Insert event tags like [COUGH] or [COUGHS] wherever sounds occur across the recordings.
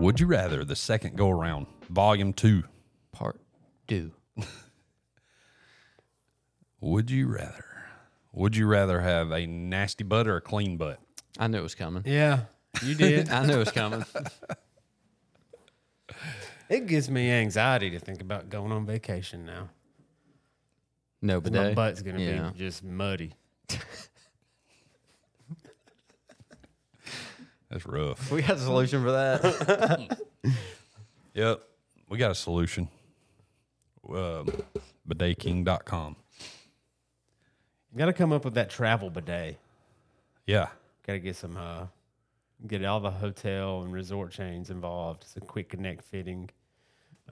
Would you rather the second go around, volume two? Part two. Would you rather? Would you rather have a nasty butt or a clean butt? I knew it was coming. [LAUGHS] Yeah, you did. I knew it was [LAUGHS] coming. it gives me anxiety to think about going on vacation now. No bidet. My butt's gonna yeah. be just muddy. That's rough. We got a solution for [LAUGHS] that. Yep. We got a solution. Um, bidetking.com. Got to come up with that travel bidet. Yeah. Got to get some, uh, get all the hotel and resort chains involved. It's a quick connect fitting,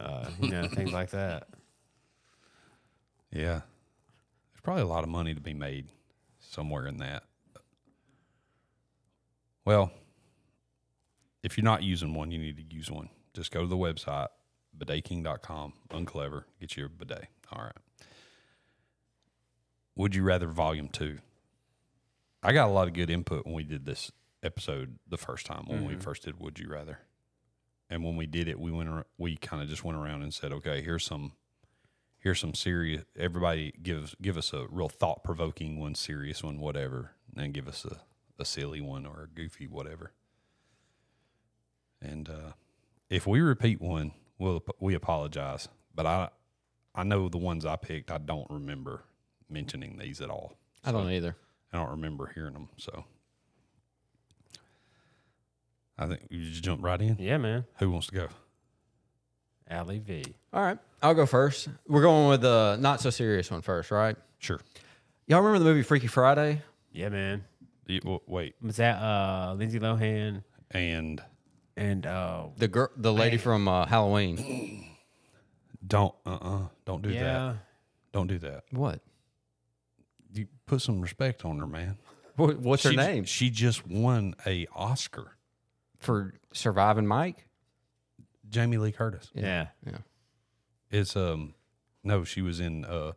uh, you know, things [LAUGHS] like that. Yeah. There's probably a lot of money to be made somewhere in that. Well, if you're not using one, you need to use one. Just go to the website, bidetking.com, unclever, get your bidet. All right. Would you rather volume two? I got a lot of good input when we did this episode the first time when we first did Would You Rather. And when we did it, we went ar- we kind of just went around and said, okay, here's some here's some serious everybody gives give us a real thought provoking one serious one whatever and then give us a, a silly one or a goofy whatever and uh, if we repeat one we'll we apologize but i i know the ones i picked i don't remember mentioning these at all I don't either. i don't remember hearing them so i think you just jump right in Yeah, man. who wants to go Alley V. All right. I'll go first. We're going with the not so serious one first, right? sure Y'all remember the movie Freaky Friday? Yeah, man. You- w- wait Was that uh, Lindsay Lohan and and uh, The girl, the lady from uh, Halloween. don't uh-uh don't do that yeah, Don't do that. What? You put some respect on her, man. Wha- What's her she, name? She just won a Oscar. For surviving Mike? Jamie Lee Curtis. yeah, Yeah. It's um no, she was in uh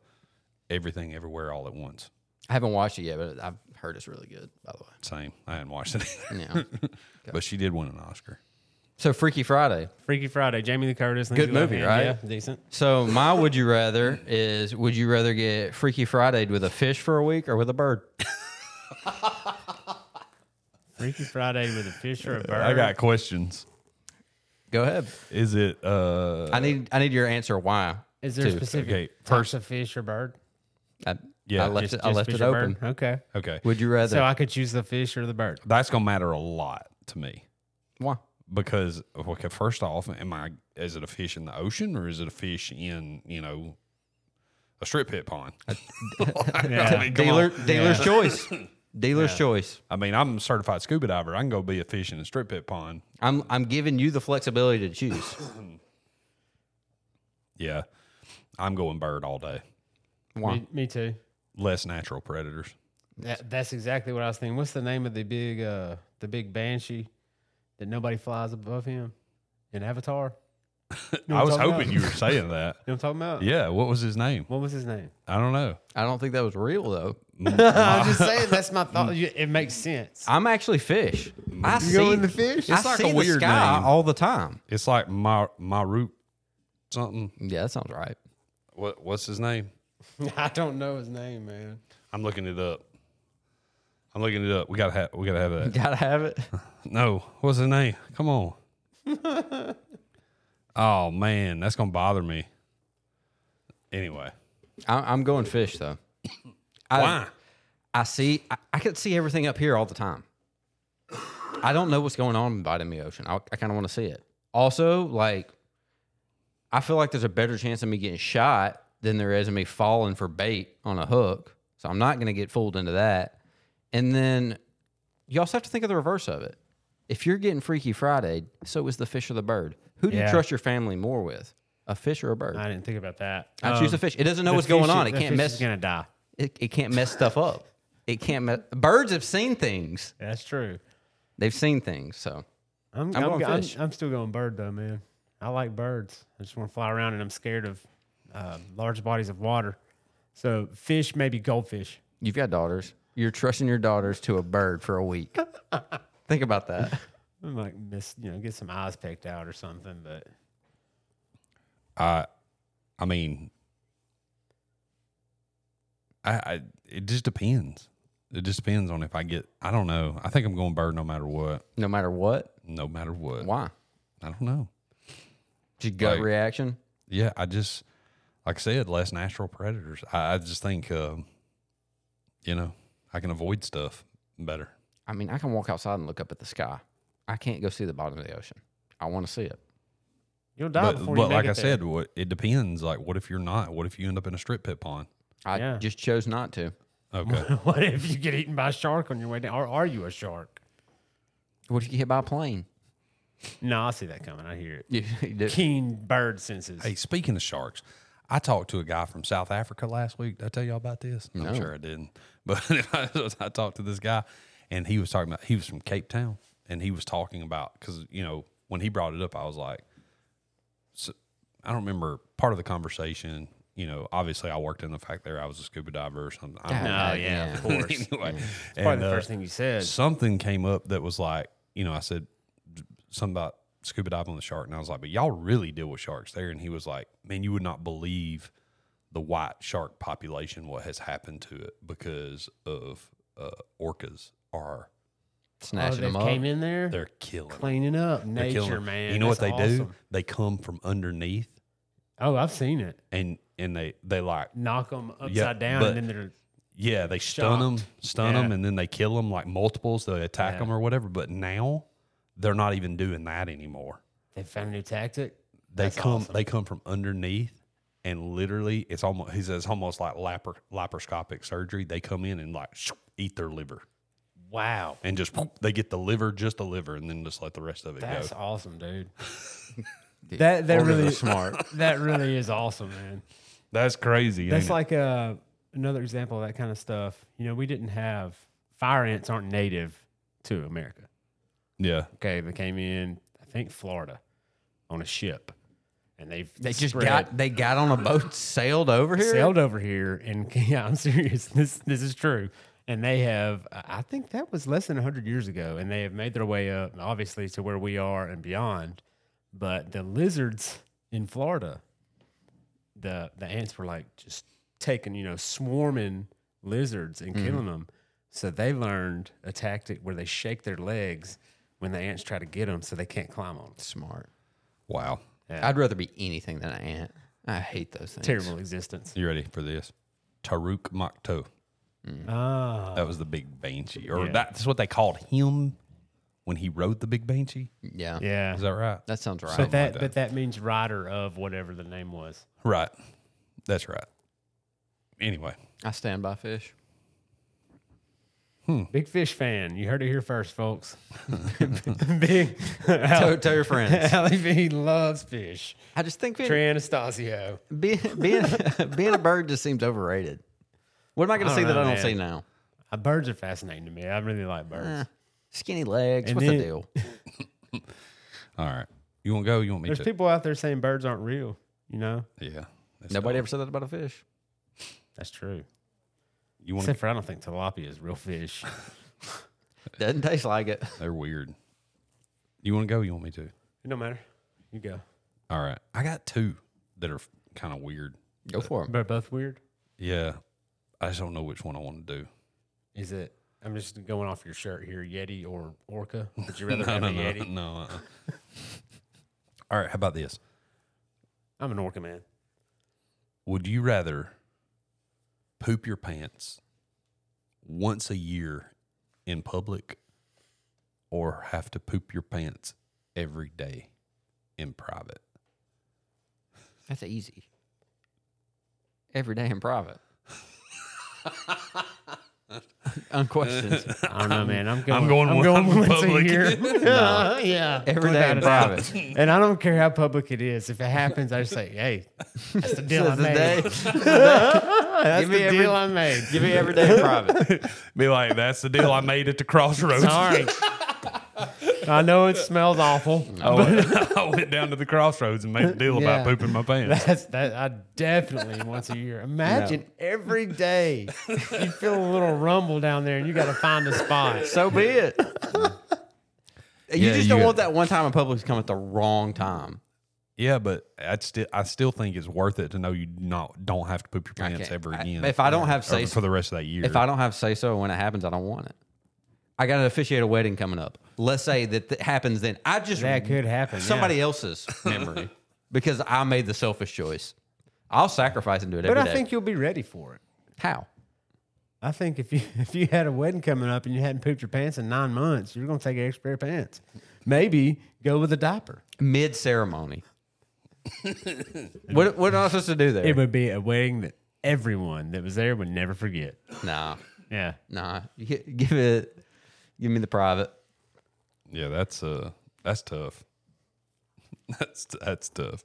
Everything Everywhere All at Once. I haven't watched it yet, but I've heard it's really good, by the Same. I hadn't watched it [LAUGHS] either. [LAUGHS] way. [LAUGHS] Yeah. But she did win an Oscar. so Freaky Friday. Freaky Friday. Jamie Lee Curtis. Lindsay Good movie, Lohan. right? Yeah, decent. So my would you rather is would you rather get Freaky Fridayed with a fish for a week or with a bird? Freaky Friday with a fish or [LAUGHS] a bird. questions. Go ahead. Is it uh I need I need your answer why. Is there Two. specific Okay, types of fish or bird? I, Yeah, I left Just- it I just left fish it or open. bird? Okay. okay. Would you rather So I could choose the fish or the bird. That's gonna matter a lot to me. why? Because okay, first off, am I is it a fish in the ocean or is it a fish in, you know, a strip pit pond? [LAUGHS] I mean, come on. Dealer [LAUGHS] dealer's choice. Dealer's choice. I mean, I'm a certified scuba diver. I can go be a fish in a strip pit pond. I'm I'm giving you the flexibility to choose. Yeah. I'm going bird all day. Why? Me, me too. Less natural predators. That, that's exactly what I was thinking. What's the name of the big uh the big banshee that nobody flies above him in Avatar? You [LAUGHS] know what I I'm was talking hoping about? you were saying that. You know what I'm talking about? Yeah. What was his name? What was his name? I don't know. I don't think that was real though. I'm just saying that's [LAUGHS] my thought. You- It [LAUGHS] makes sense. I'm actually fish. I see the fish. I It's like see a weird the sky name. all the time. It's like my my root something. Yeah, that sounds right. What what's his name? I don't know his name, man. I'm looking it up. I'm looking it up. We gotta have we gotta have that. Gotta have it. No, what's his name? Come [LAUGHS] on. oh man, that's gonna bother me. Anyway. [LAUGHS] I, I'm going fish though. I, Why? I see. I, I could see everything up here all the time. I don't know what's going on in the ocean. I, I kind of want to see it. Also, like, I feel like there's a better chance of me getting shot than there is of me falling for bait on a hook. So I'm not going to get fooled into that. And then you also have to think of the reverse of it. If you're getting Freaky Friday, so is the fish or the bird. Who do you Yeah. trust your family more with, a fish or a bird? I I, didn't think about that. choose a Um, fish. It doesn't know the what's going fish- on. It the can't fish mess is gonna die. it, it can't mess stuff up. It can't. Me- Birds have seen things. That's true. They've seen things. So I'm, I'm, I'm going I'm- fish. I'm still going bird though, man. I like birds. I just want to fly around, and I'm scared of uh, large bodies of water. So fish, maybe goldfish. you've [LAUGHS] got daughters. You're trusting your daughters to a bird for a week. Think about that. I'm like miss, you know, get some eyes picked out or something. But I, I mean, I, I it just depends. It just depends on if I get. I don't know. I think I'm going bird no matter what. No matter what. No matter what. Why? I don't know. Just gut Like- reaction. Yeah, I just like I said, less natural predators. I, I just think, um, you know, I can avoid stuff better. I mean, I can walk outside and look up at the sky. I can't go see the bottom of the ocean. I want to see it. you'll die but before but you make like it I there. said, what it depends. Like, what if you're not? What if you end up in a strip pit pond? I Yeah. just chose not to. Okay. [LAUGHS] what if you get eaten by a shark on your way down? Or are you a shark? What if you get hit by a plane? [LAUGHS] No, I see that coming. I hear it. You- you do- Keen bird senses. hey, speaking of sharks, I talked to a guy from South Africa last week. Did I tell y'all about this? No. I'm sure I didn't. [LAUGHS] But I, I talked to this guy, and he was talking about he was from Cape Town, and he was talking about because you know when he brought it up, I was like, so, I don't remember part of the conversation. You know, obviously, I worked in the fact there I was a scuba diver or something. I don't Yeah. know. Oh yeah, Yeah. of course. [LAUGHS] It's anyway, probably and, the uh, first thing you said. something came up that was like, you know, I said something about scuba diving on the shark, and I was like, but y'all really deal with sharks there? And he was like, man, you would not believe the white shark population, what has happened to it because of uh, orcas are Oh, Snatching they them up. came in there, they're killing. it. cleaning up They're killing nature, it. man. You know what they That's do? awesome. They come from underneath Oh, I've seen it. and and they they like Knock them upside Yeah, down, but- and then they're yeah they stun them Shocked. stun them Yeah. and then they kill them like multiples they attack Yeah. them or whatever but now they're not even doing that anymore they found a new tactic. they That's come awesome. they come from underneath and literally it's almost he says almost like lapar, laparoscopic surgery they come in and like shoo, eat their liver Wow, and just poof, they get the liver just the liver and then just let the rest of it that's go awesome, dude. Dude, That that orcas are really [LAUGHS] smart. that really is awesome, man. that's crazy That's ain't it? like uh, another example of that kind of stuff. You know, we didn't have fire ants aren't native to America. yeah Okay, they came in, I think Florida, on a ship, and they've They just spread- got they got on a boat, sailed over here. sailed over here, and [LAUGHS] yeah, I'm serious. This this is true. And they have, I I think that was less than 100 years ago, and they have made their way up, obviously, to where we are and beyond. But the lizards in Florida, the the ants were like just taking, you know, swarming lizards and killing them. So they learned a tactic where they shake their legs when the ants try to get them, so they can't climb on. 'em. Smart. wow Yeah. I'd rather be anything than an ant. I hate those things. Terrible existence. you ready for this Taruk Makto Ah, that was the big banshee or Yeah. that's what they called him when he rode the big banshee Yeah. yeah. is that right That sounds right. But that, that. but that means rider of whatever the name was. right that's right anyway I stand by [LAUGHS] fish. Big fish fan. You heard it here first, folks. [LAUGHS] Big [LAUGHS] Oh. Tell, tell your friends. Allie B loves fish. I just think being Trey Anastasio. being, being, being [LAUGHS] a bird just seems overrated. What am I going to I see don't that know, I don't man. see now? Uh, birds are fascinating to me. I really like Eh, birds. skinny legs. And What's the then- deal? all right you want to go you want me There's to people out there saying birds aren't real. You know, yeah Let's Nobody go. ever said that about a fish. that's true. you want to Except for I don't think tilapia is real fish. [LAUGHS] Doesn't taste like it. They're weird. You want to go? You want me to? It don't matter. You go. All right. I got two that are kind of weird. Go for it. They're both weird. Yeah. I just don't know which one I want to do. Is it? I'm just going off your shirt here. Yeti or orca? [LAUGHS] Would you rather No, have no, a no. yeti? no uh-uh. All right. How about this? I'm an orca man. Would you rather poop your pants once a year in public or have to poop your pants every day in private? That's easy. Every day in private. [LAUGHS] [LAUGHS] Unquestioned. I don't know, man. I'm going. I'm going one- I'm [LAUGHS] once a public. year. [LAUGHS] yeah, Every day without in a doubt. private. And I don't care how public it is. If it happens, I just say, "Hey, that's [LAUGHS] the deal I Says the made. day. [LAUGHS] that's Give me the every- deal I made." [LAUGHS] Give me [LAUGHS] every day in private. [LAUGHS] Be like, that's the deal I made [LAUGHS] at the crossroads. [LAUGHS] Sorry. I know it smells awful. Oh, I went, [LAUGHS] I went down to the crossroads and made a deal about Yeah. pooping my pants. [LAUGHS] That's that. I definitely once a year. Imagine every day [LAUGHS] you feel a little rumble down there, and you got to find a spot. So be it. You Yeah, just don't you- want that one time in public to come at the wrong time. [LAUGHS] Yeah, but I still I still think it's worth it to know you not don't have to poop your pants can't- ever I- again. if I don't have or say- for the rest of that year, If I don't have say so when it happens, I don't want it. I got to officiate a wedding coming up. Let's say that th- happens then. I just That could happen, yeah. Somebody else's memory because I made the selfish choice. I'll sacrifice and do it But every I day. think you'll be ready for it. how? I think if you [LAUGHS] if you had a wedding coming up and you hadn't pooped your pants in nine months, you're gonna take an extra pair of pants. Maybe go with a diaper. Mid [LAUGHS] ceremony. what what am I supposed to do there? It would be a wedding that everyone that was there would never forget. nah, Yeah. nah. You gi- Give it. Give me the private. yeah, that's uh that's tough. [LAUGHS] That's that's tough.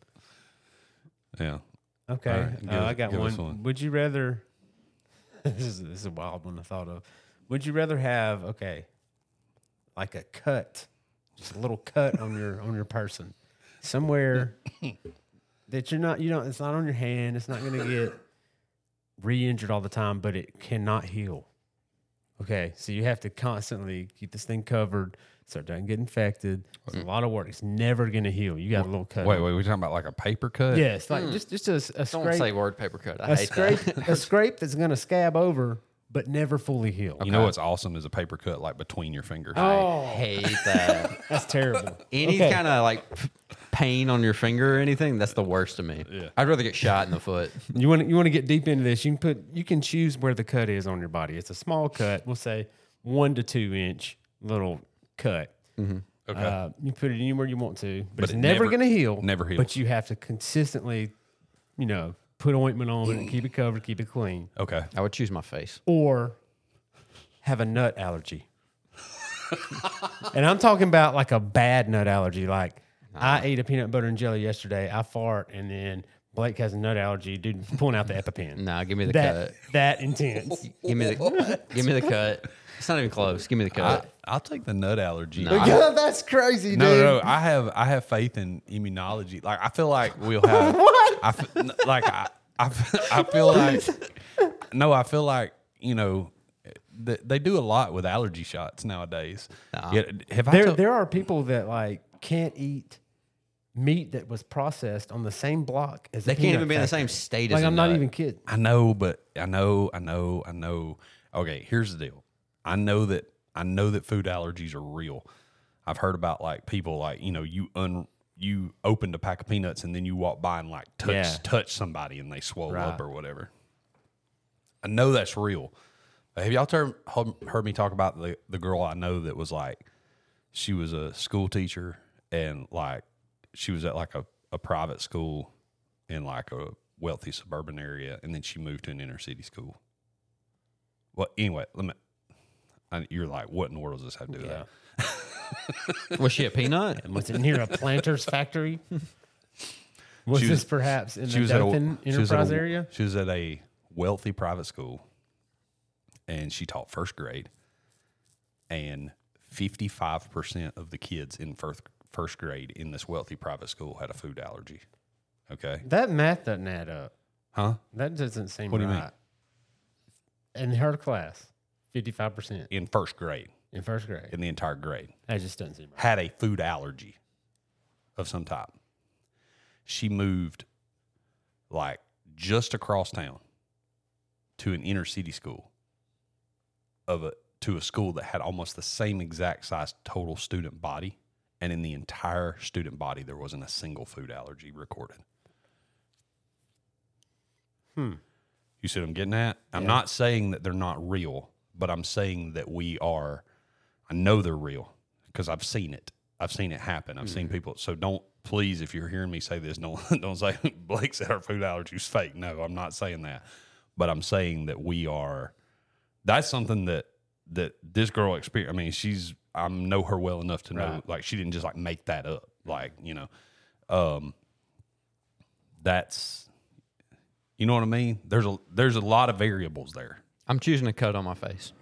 Yeah, Okay. All right, Uh, give- I got give one. us one. Would you rather? [LAUGHS] This is this is a wild one I thought of. Would you rather have okay, like a cut, just a little cut on your on your person, [COUGHS] somewhere that you're not you don't it's not on your hand. It's not going to get re-injured all the time, but it cannot heal. Okay, so you have to constantly keep this thing covered so it doesn't get infected. It's a lot of work. It's never going to heal. You got a little cut. wait, wait, we talking about like a paper cut? Yeah, it's like just just a, s- a Don't scrape say word paper cut. I a hate scrape, that. a scrape that's going to scab over but never fully heal. You know what's awesome is a paper cut like between your fingers. Oh. I hate that. That's terrible. [LAUGHS] any Okay. kind of like pain on your finger or anything, that's the worst to me. I'd rather get shot in the foot. You want you want to get deep into this. You can put you can choose where the cut is on your body. It's a small cut. We'll say one to two inch little cut. Okay. Uh, you put it anywhere you want to, but, it's it never, never- going to heal. never But heals. you have to consistently, you know, put ointment on it, keep it covered, keep it clean, okay. I would choose my face. or have a nut allergy. [LAUGHS] and I'm talking about like a bad nut allergy. Like I ate a peanut butter and jelly yesterday. I fart, and then Blake has a nut allergy. Dude, pulling out [LAUGHS] the EpiPen. No, give me the that that [LAUGHS] intense. cut. Give me the give me the cut. It's not even close. Give me I, the cut. I'll take the nut allergy. No, I- God, that's crazy, dude. No, no, no, I have I have faith in immunology. Like I feel like we'll have I f- n- like I, I f- I feel like no, I feel like you know th- they do a lot with allergy shots nowadays. Yeah, have I There told- there are people that like can't eat meat that was processed on the same block as They a can't peanut even be in the same factory. state as Like a I'm not nut. even kidding. I know, but I know, I know, I know. Okay, here's the deal. I know that I know that food allergies are real. I've heard about like people like you know you un you opened a pack of peanuts and then you walk by and like touch Yeah. touch somebody and they swell Right. up or whatever. I know that's real. Have y'all ter- heard heard me talk about the the girl I know that was like she was a school teacher and like she was at like a, a private school in like a wealthy suburban area and then she moved to an inner city school well anyway let me I, you're like what in the world does this have to do with that [LAUGHS] Was she a peanut? Was it near a planter's [LAUGHS] factory? Was, She was- this perhaps in she the was, at a, Dothan she was at Enterprise a- area? she was at a wealthy private school and she taught first grade and 55% of the kids in first, first grade in this wealthy private school had a food allergy okay That math doesn't add up. huh That doesn't seem What do you mean? right. In her class, fifty-five percent in first grade in first grade. in the entire grade That just doesn't seem right. had a food allergy of some type. She moved like just across town to an inner city school of a to a school that had almost the same exact size total student body and in the entire student body there wasn't a single food allergy recorded. Hmm. You see what I'm getting at? I'm not saying that they're not real, but I'm saying that we are. I know they're real because I've seen it. I've seen it happen. I've seen people. So don't please, if you're hearing me say this, don't [LAUGHS] don't say Blake said our food allergies fake. No, I'm not saying that. But I'm saying that we are. That's something that that this girl experienced. I mean, she's I know her well enough to know Right. like she didn't just like make that up. Like you know, um, that's you know what I mean? There's a there's a lot of variables there. I'm choosing a cut on my face.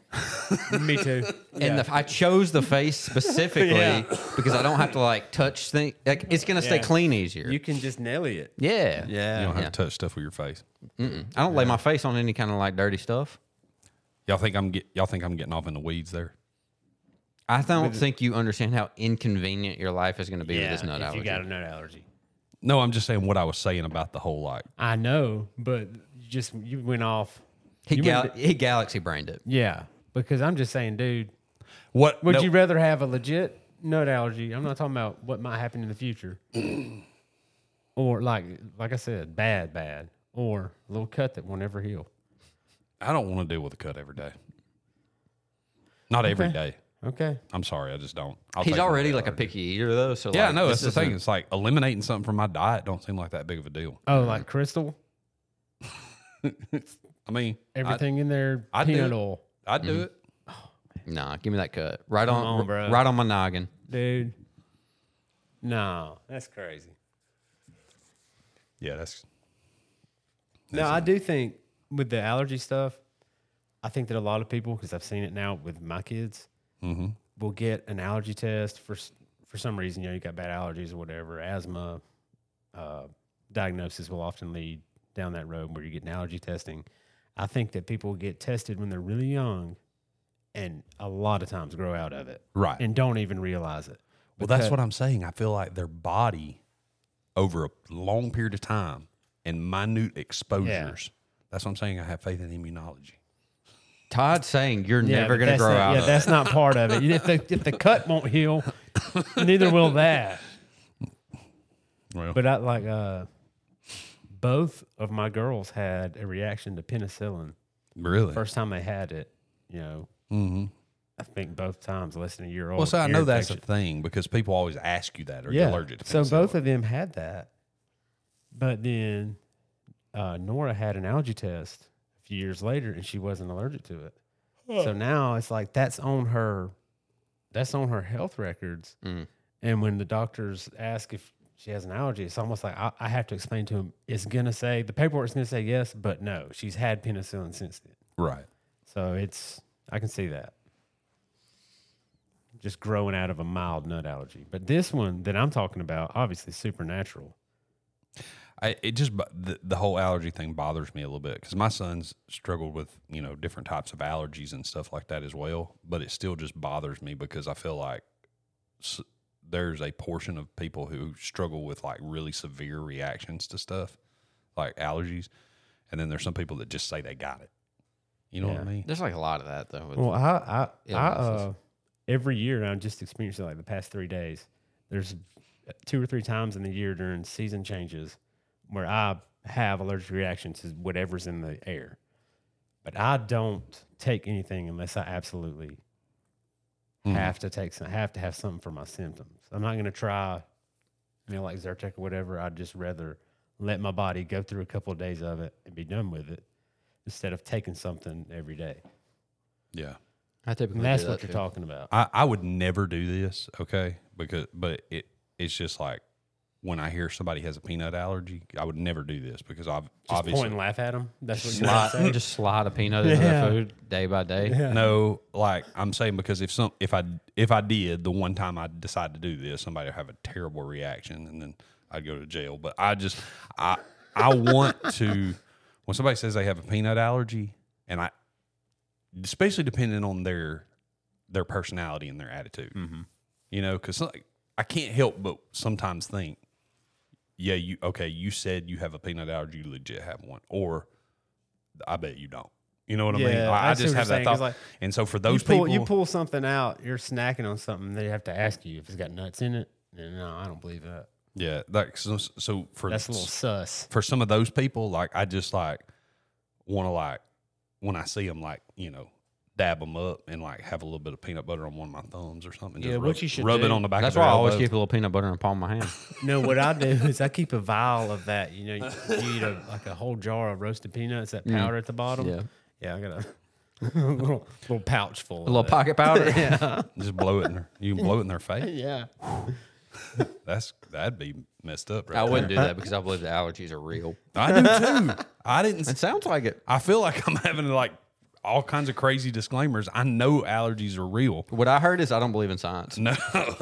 [LAUGHS] Me too. And the, I chose the [LAUGHS] face specifically Yeah. because I don't have to like touch things. Like, it's gonna stay Yeah. clean easier. [LAUGHS] You can just nelly it. You yeah, Uh, yeah. don't have to touch stuff with your face. I don't lay my face on any kind of like dirty stuff. Y'all think I'm get y'all think I'm getting off in the weeds there? I don't think you understand how inconvenient your life is going to be with this nut if allergy. you got a nut allergy. No, I'm just saying what I was saying about the whole like I know, but you just you went off. he, you gal- went he galaxy brained it. Yeah, because I'm just saying, dude. what Would no, you rather have a legit nut allergy? I'm not talking about what might happen in the future, [CLEARS THROAT] or like like I said, bad, bad, or a little cut that will never heal. I don't want to deal with a cut every day. Not every day. Okay, I'm sorry, I just don't. I'll He's take one already day like a already. picky eater though. So Yeah, like, no, this that's the thing. isn't- It's like eliminating something from my diet don't seem like that big of a deal. oh, like crystal, I mean, I, everything in there, I'd do peanut it. oil, I'd Mm-hmm. do it. Nah, give me that cut right on, on, bro. right on my noggin. dude. No, that's crazy. Yeah, that's No, I do think with the allergy stuff, I think that a lot of people, because I've seen it now with my kids, Mm-hmm. will get an allergy test for s- for some reason. You know, you got bad allergies or whatever. Asthma uh, diagnosis will often lead down that road where you get an allergy testing. I think that people get tested when they're really young, and a lot of times grow out of it, right. and don't even realize it. Well, that's what I'm saying. I feel like their body over a long period of time and minute exposures. That's what I'm saying. I have faith in immunology. Todd's saying you're never but going to that's grow not, out Yeah, of it. that's not part of it. If the, if the cut won't heal, neither will that. Well, But I like uh, both of my girls had a reaction to penicillin really? Mm-hmm. first time they had it. You know, I think both times less than a year old. well, so I ear know that's a infection. thing because people always ask you that. Are you allergic to So penicillin? both of them had that, but then uh, Nora had an allergy test a few years later, and she wasn't allergic to it. So now it's like that's on her, that's on her health records. Mm. And when the doctors ask if she has an allergy, it's almost like I, I have to explain to them it's gonna say the paperwork's gonna say yes, but no, she's had penicillin since then. Right. So it's I can see that. Just growing out of a mild nut allergy. But this one that I'm talking about, obviously supernatural. I, it just bo- the, the whole allergy thing bothers me a little bit because my son's struggled with you know different types of allergies and stuff like that as well. But it still just bothers me because I feel like s- there's a portion of people who struggle with like really severe reactions to stuff like allergies, and then there's some people that just say they got it. You know what I mean? There's like a lot of that though. with- Well, I, I, I illnesses. uh, every year, and I just experienced it like the past three days. There's two or three times in the year during season changes where I have allergic reactions to whatever's in the air, but I don't take anything unless I absolutely Mm. have to take some, have to have something for my symptoms. I'm not gonna try, you know, like Zyrtec or whatever. I'd just rather let my body go through a couple of days of it and be done with it instead of taking something every day. Yeah. I typically And that's do that what you're too. talking about. I, I would never do this, okay? Because but it it's just like when I hear somebody has a peanut allergy, I would never do this because I've Just obviously point and laugh at them. That's what you're Slide- saying. just slide a peanut into Yeah. the food day by day. No, like I'm saying because if some if I if I did the one time I decide to do this, somebody would have a terrible reaction and then I'd go to jail. But I just I I want to when somebody says they have a peanut allergy and I especially depending on their their personality and their attitude. Mm-hmm. You know, because like, I can't help but sometimes think, yeah, you okay, you said you have a peanut allergy, you legit have one, or I bet you don't. You know what I mean? Yeah, Like, I, I see just what have you're that saying, 'cause, thought. like, and so for You those pull, people, you pull something out, you're snacking on something, they have to ask you if it's got nuts in it. And no, I don't believe that. yeah, like so, so for That's a little sus. for some of those people, like I just like want to like when I see them, like you know, dab them up and like have a little bit of peanut butter on one of my thumbs or something. Just Yeah, rub, what you should rub it do- on the back. That's of why their I always elbow. keep a little peanut butter in the palm of my hand. No, what I do [LAUGHS] is I keep a vial of that. You know, you, you eat a, like a whole jar of roasted peanuts, that Mm. powder at the bottom. Yeah. Yeah, I got a [LAUGHS] little, little pouch A full. little pocket powder. [LAUGHS] yeah. just blow it in their you can blow it [LAUGHS] in their face. Yeah. That's that'd be messed up. Right I wouldn't there. do that because I believe the allergies are real. I do too. [LAUGHS] I didn't. It sounds like it. I feel like I'm [LAUGHS] having like all kinds of crazy disclaimers. I know allergies are real. What I heard is I don't believe in [LAUGHS] science. No,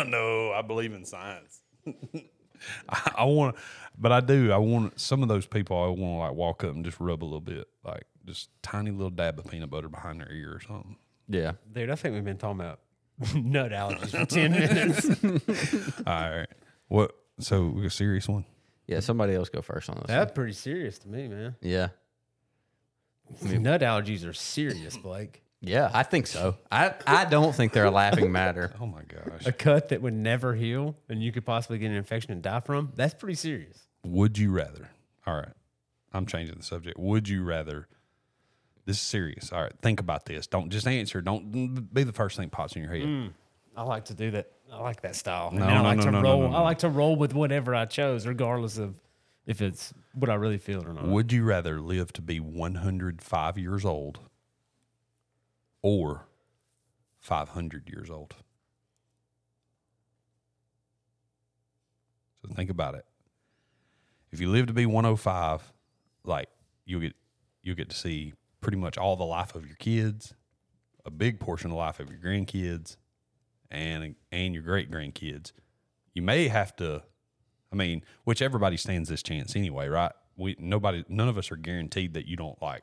no, I believe in science. [LAUGHS] I, I want, but I do. I want some of those people. I want to like walk up and just rub a little bit, like just tiny little dab of peanut butter behind their ear or something. Yeah. Dude, I think we've been talking about [LAUGHS] nut allergies [LAUGHS] for 10 minutes. All right. What? So a serious one. Yeah, somebody else go first on this. one. That's pretty serious to me, man. Yeah. Nut allergies are serious, Blake. Yeah, I think so. I, I don't think they're a laughing matter. Oh my gosh. A cut that would never heal and you could possibly get an infection and die from, that's pretty serious. Would you rather? All right. I'm changing the subject. Would you rather? This is serious. All right. Think about this. Don't just answer. Don't mm, be the first thing pops in your head. I like to do that. I like that style. No, and I no, like no, to no, no, roll. no, no. I like to roll with whatever I chose, regardless of if it's what I really feel or not. Would you rather live to be 105 years old or 500 years old? So think about it. If you live to be 105, like you get you get to see pretty much all the life of your kids, a big portion of the life of your grandkids and and your great grandkids. You may have to I mean, which everybody stands this chance anyway, right? We nobody, none of us are guaranteed that you don't like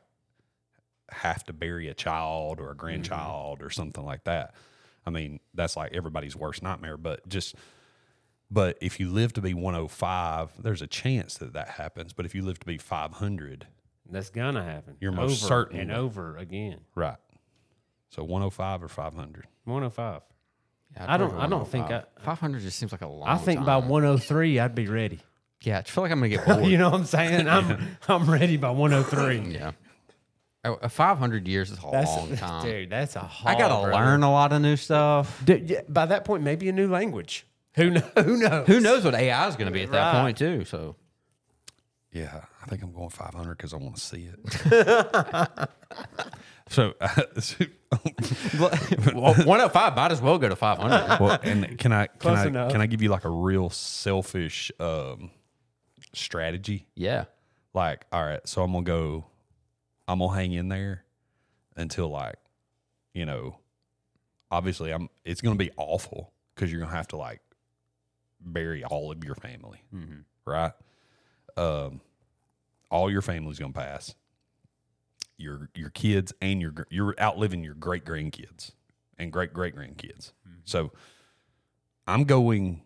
have to bury a child or a grandchild or something like that. I mean, that's like everybody's worst nightmare. But just, but if you live to be 105, there's a chance that that happens. But if you live to be 500, That's gonna happen. You're most over certain and of it. over again. right? So 105 or 500. 105. Yeah, [LAUGHS] I don't- I don't think I- five hundred just seems like a long. I think by time. 103, I'd be ready. Yeah, I feel like I'm gonna [LAUGHS] get bored. you know what I'm [LAUGHS] saying? I'm I'm ready by 103. yeah, Oh, uh, five hundred years is a [LAUGHS] long time. dude. That's a hard. I gotta learn a lot of new stuff. Dude, yeah, by that point, maybe a new language. Who know? [LAUGHS] Who knows? Who knows what AI is gonna be at that Right. point too? [LAUGHS] So Yeah, I think I'm going 500 because I want to see it. [LAUGHS] so, [LAUGHS] one hundred five might as well go to five [LAUGHS] hundred. well, and can I can Close I enough. can I give you like a real selfish um, strategy? yeah, Like, all right, so I'm gonna go, I'm gonna hang in there until like, you know, obviously I'm. It's gonna be awful because you're gonna have to like bury all of your family, right? Um, all your family's gonna pass. Your your kids and your gr- you're outliving your great grandkids and great great grandkids. So I'm going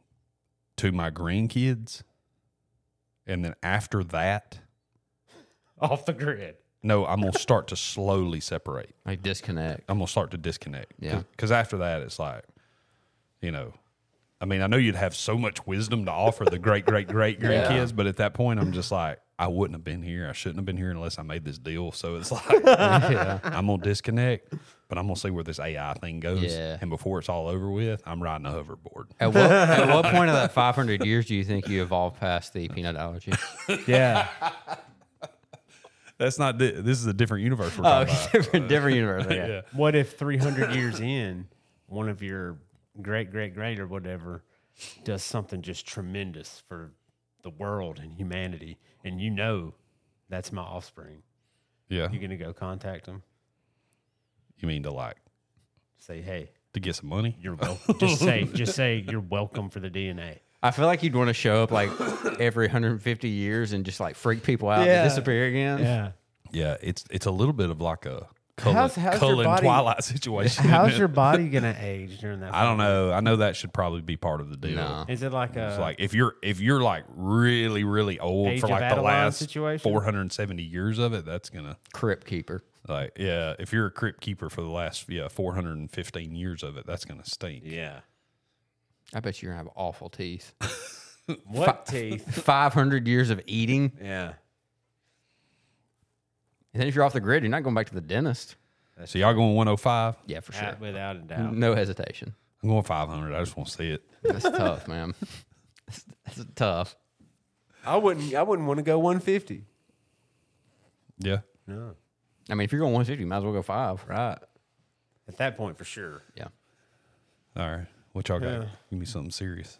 to my grandkids, and then after that, Off the grid. no, I'm gonna start to slowly separate. like disconnect. I'm gonna start to disconnect. Yeah. Because after that, it's like, you know, I mean, I know you'd have so much wisdom to offer the great, great, [LAUGHS] great grandkids, but at that point, I'm just like, I wouldn't have been here. I shouldn't have been here unless I made this deal. So it's [LAUGHS] like, I'm gonna disconnect, but I'm gonna see where this AI thing goes. Yeah. And before it's all over with, I'm riding a hoverboard. At what, at what point of that five hundred years do you think you evolve past the peanut [LAUGHS] allergy? Yeah. That's not. thi- This is a different universe. We're Oh, talking about. [LAUGHS] different, different universe. yeah. What if 300 years in, one of your great, great, great, or whatever does something just tremendous for the world and humanity, and you know that's my offspring? Yeah. You're going to go contact them, You mean to like say, hey, to get some money? [LAUGHS] you're welcome. just say, just say, you're welcome for the DNA. I feel like you'd want to show up like every 150 years and just like freak people out Yeah. and disappear again. [LAUGHS] Yeah. Yeah. It's it's a little bit of like a Cullen, How's- how's your Cullen body- Twilight situation. How's your body going to age during [LAUGHS] that? I don't know. I know that should probably be part of the deal. No. Is it like a It's like if you're if you're like really really old Age for of like the Adeline last situation? 470 years of it, that's gonna Crypt keeper. like yeah. If you're a crypt keeper for the last yeah 415 years of it, that's gonna stink. yeah? I bet you're gonna have awful teeth. What teeth? [LAUGHS] 500 years of eating, Yeah. and then if you're off the grid, you're not going back to the dentist. So y'all going 105? Yeah, for sure. Without a doubt. No hesitation. I'm going 500. I just want to see it. That's tough, man. That's, that's tough. I wouldn't. I wouldn't want to go 150. Yeah. No. I mean, if you're going 150, you might as well go five. Right. At that point, for sure. Yeah. All right. What y'all got? Yeah. Give me something serious.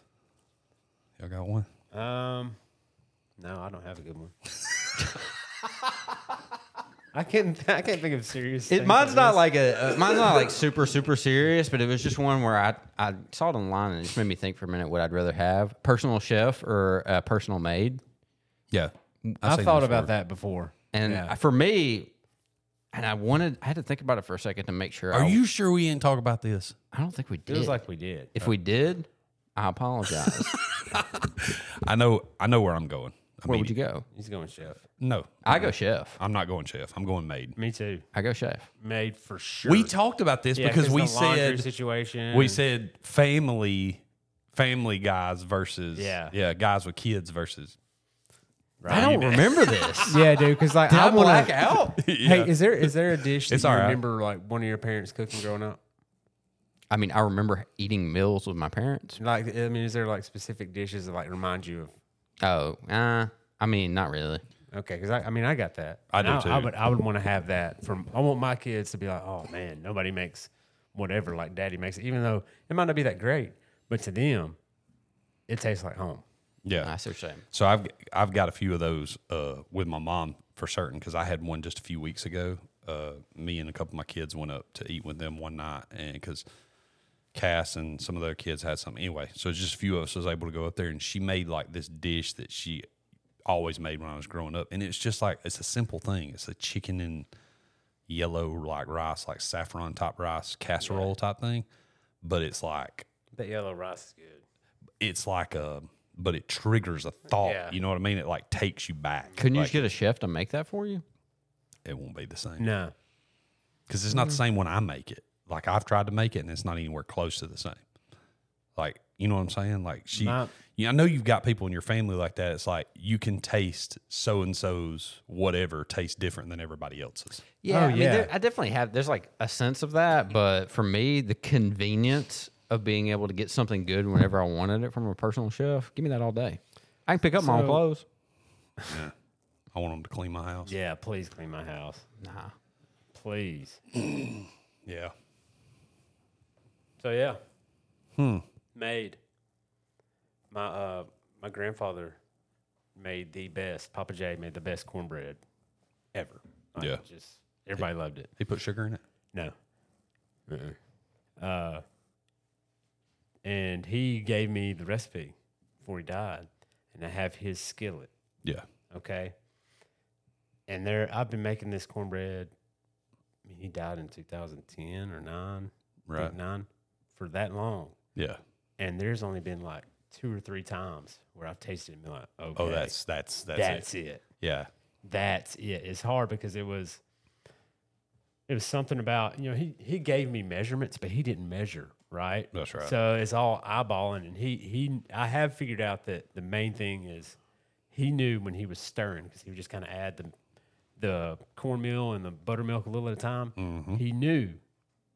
Y'all got one? Um, no, I don't have a good one. [LAUGHS] I can't. I can't think of serious. It, things mine's that not like a uh, mine's not like super super serious, but it was just one where I I saw it online and it just made me think for a minute what I'd rather have: personal chef or a personal maid. Yeah. I've thought about that before. And Yeah. for me, and I wanted, I had to think about it for a second to make sure. Are I, you sure we didn't talk about this? I don't think we did. Feels like we did. if we did, I apologize. I know I know where I'm going. I Where mean, would you go? He's going chef. no, I go chef. I'm not going chef. I'm going maid. Me too. I go chef. Made for sure. We talked about this Yeah, because we the laundry said situation. we said family family guys versus Yeah. yeah guys with kids versus I don't [LAUGHS] remember this. Yeah, dude. Because like Did I, I want black to. out? [LAUGHS] Yeah. Hey, is there is there [LAUGHS] a dish It's that you all right. remember like one of your parents cooking growing up? I mean, I remember eating meals with my parents. Like, I mean, is there like specific dishes that like remind you of? Oh, uh, I mean, not really. Okay, because I, I mean, I got that. I And do I, too. I would I would want to have that from. I want my kids to be like, oh man, nobody makes whatever like Daddy makes it, even though it might not be that great, but to them, it tastes like home. yeah I see what you're saying. So I've I've got a few of those uh, with my mom for certain because I had one just a few weeks ago. Uh, me and a couple of my kids went up to eat with them one night, and because Cass and some of their kids had something anyway, so it's just a few of us was able to go up there, and she made like this dish that she always made when I was growing up, and it's just like it's a simple thing. It's a chicken and yellow like rice, like saffron top rice casserole type thing, but it's like That yellow rice is good. it's like a but it triggers a thought. Yeah. You know what I mean? It like takes you back. Couldn't you Like, just get a chef to make that for you? it won't be the same No, because it's not the same when I make it. Like I've tried to make it and it's not anywhere close to the same. Like you know what I'm saying? Like she, My- yeah, I know you've got people in your family like that. It's like you can taste so and so's whatever tastes different than everybody else's. Yeah, Oh, I mean, yeah. there, I definitely have. There's like a sense of that, but for me, the convenience of being able to get something good whenever I wanted it from a personal chef, give me that all day. I can pick up my own So- clothes. I want them to clean my house. yeah. Please clean my house, Nah, please. Yeah. So yeah. Hmm. Made. My uh my grandfather made the best. Papa J made the best cornbread ever. Like, Yeah. Just everybody loved it. He put sugar in it. No. Uh-uh. Uh. And he gave me the recipe before he died, and I have his skillet. Yeah. Okay. And there, I've been making this cornbread. I mean, he died in 2010 or nine, I think Right. Nine for that long Yeah. and there's only been like two or three times where I've tasted it and been like, okay, Oh, that's that's that's, that's it. it. Yeah. That's it. It's hard because it was it was something about, you know, he he gave me measurements, but he didn't measure, right? That's right. So it's all eyeballing and he he I have figured out that the main thing is he knew when he was stirring because he would just kind of add the the cornmeal and the buttermilk a little at a time. Mm-hmm. He knew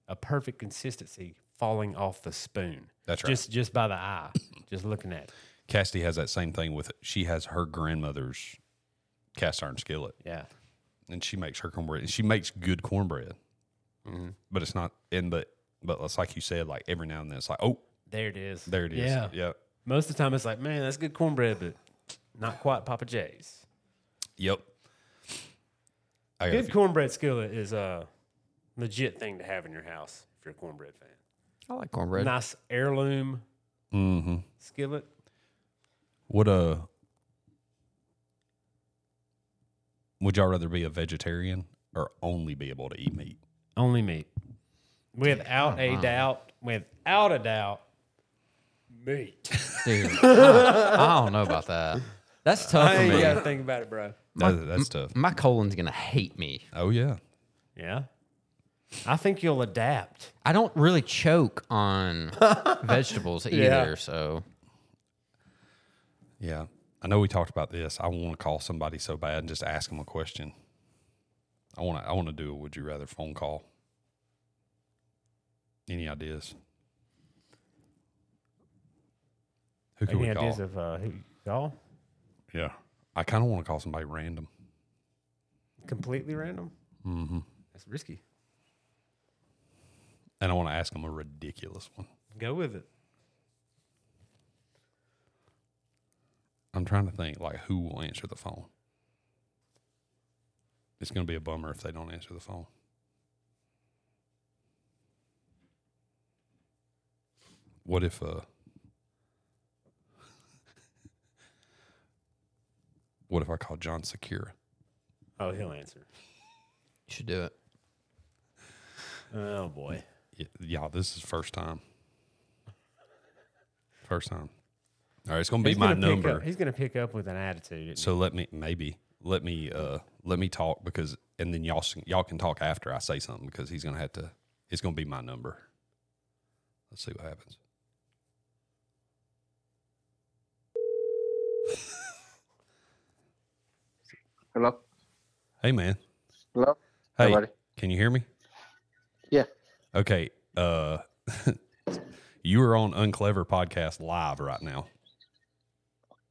a perfect consistency falling off the spoon. That's right. Just just by the eye, just looking at it. Cassidy has that same thing with she has her grandmother's cast iron skillet Yeah. and she makes her cornbread and she makes good cornbread. But it's not and but but it's like you said, like every now and then it's like, oh, There it is. there it is. Yeah. Yep. Most of the time, it's like, man, that's good cornbread, but not quite Papa J's. Yep. I got a Good few- cornbread skillet is a legit thing to have in your house if you're a cornbread fan. I like cornbread. Nice heirloom Mhm. skillet. What uh would y'all rather be a vegetarian or only be able to eat meat? Only meat. Without a doubt, without a doubt, meat. Dude, I, I don't know about that. That's tough for Hey, me. you got to think about it, bro. That, that's tough. My colon's gonna hate me. Oh yeah. Yeah. I think you'll adapt. I don't really choke on vegetables either, Yeah. so Yeah. I know we talked about this. I want to call somebody so bad and just ask them a question. I want to I want to do a would you rather phone call. Any ideas? Who can Any we ideas call? of uh, who y'all? yeah. I kind of want to call somebody random. Completely random? Mm-hmm. That's risky. And I want to ask them a ridiculous one. Go with it. I'm trying to think like who will answer the phone. It's going to be a bummer if they don't answer the phone. What if uh [LAUGHS] What if I call John Secura? Oh, he'll answer. you should do it. Oh boy. Y- y'all, this is first time. First time. All right, it's gonna be He's my gonna pick number. up- he's gonna pick up with an attitude. So let me maybe let me uh let me talk because and then y'all s- y'all can talk after I say something because he's gonna have to. It's gonna be my number. Let's see what happens. Hello? Hey man. Hello? Hey. Hey, buddy. Can you hear me? Yeah. Okay. Uh, [LAUGHS] you are on Unclever Podcast live right now,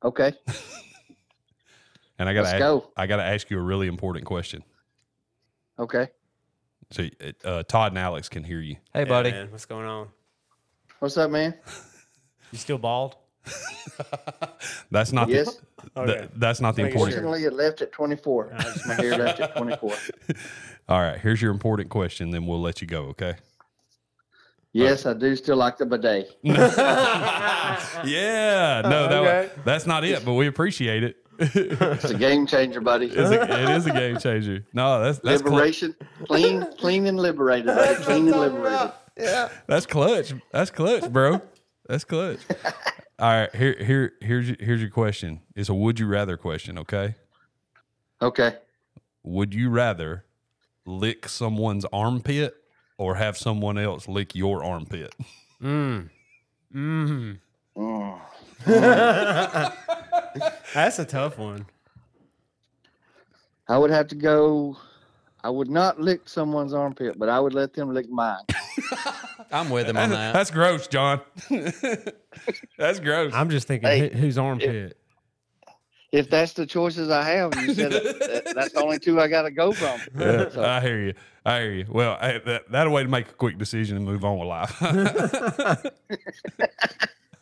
Okay. and I gotta Let's ask, go. I gotta ask you a really important question. Okay. So uh, Todd and Alex can hear you. Hey, buddy. man, what's going on? What's up, man? You still bald? That's not Yes. [LAUGHS] Oh, the, th- that's not the Making important. sure. Fortunately, it left at 24. My hair left at 24. All right, here's your important question. Then we'll let you go. Okay. Yes, I do still like the bidet. [LAUGHS] [LAUGHS] Yeah. No, that Okay. wa- that's not it. But we appreciate it. [LAUGHS] it's It's a game changer, buddy. a, it is a game changer. No, that's that's cl- Liberation. Clean, clean and liberated, buddy. Clean and liberated. That's clutch. That's clutch, bro. That's clutch. All right, here, here, here's your, here's your question. It's a would you rather question. Okay, Okay. would you rather lick someone's armpit or have someone else lick your armpit? Mm. Mm. Mm. That's a tough one. I would have to go. I would not lick someone's armpit, but I would let them lick mine. I'm with him on that. That's gross, John. [LAUGHS] that's gross. I'm just thinking Hey, who- whose armpit. If that's the choices I have, you said that, that- that's the only two I got to go from. [LAUGHS] Yeah, So, I hear you. I hear you. Well, I, that, that a way to make a quick decision and move on with life. [LAUGHS]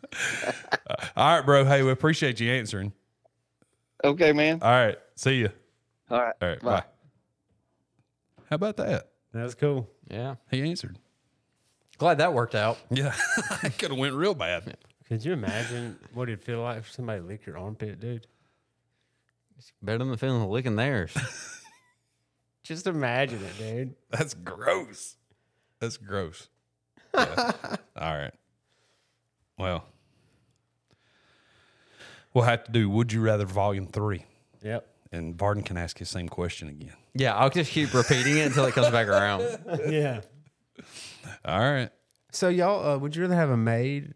All right, bro. Hey, we appreciate you answering. okay, man. All right, see you. All right. Uh, All right, Bye. bye. How about that? That's cool. Yeah. He answered. Glad that worked out. Yeah, [LAUGHS] it could have went real bad. Could you imagine what it'd feel like for somebody to lick your armpit, dude? Better than feeling the licking theirs. [LAUGHS] Just imagine it, dude. That's gross. That's gross. Yeah. All right. Well, we'll have to do Would You Rather Volume 3. Yep. And Varden can ask his same question again. yeah, I'll just keep repeating it until it comes back around. [LAUGHS] Yeah. All right. So y'all, uh, would you rather have a maid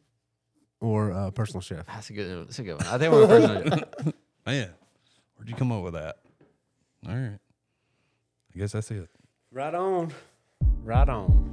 or a personal chef? That's a good. That's a good one. I think we're personal. Man, where'd you come up with that? All right. I guess that's it. Right on. Right on.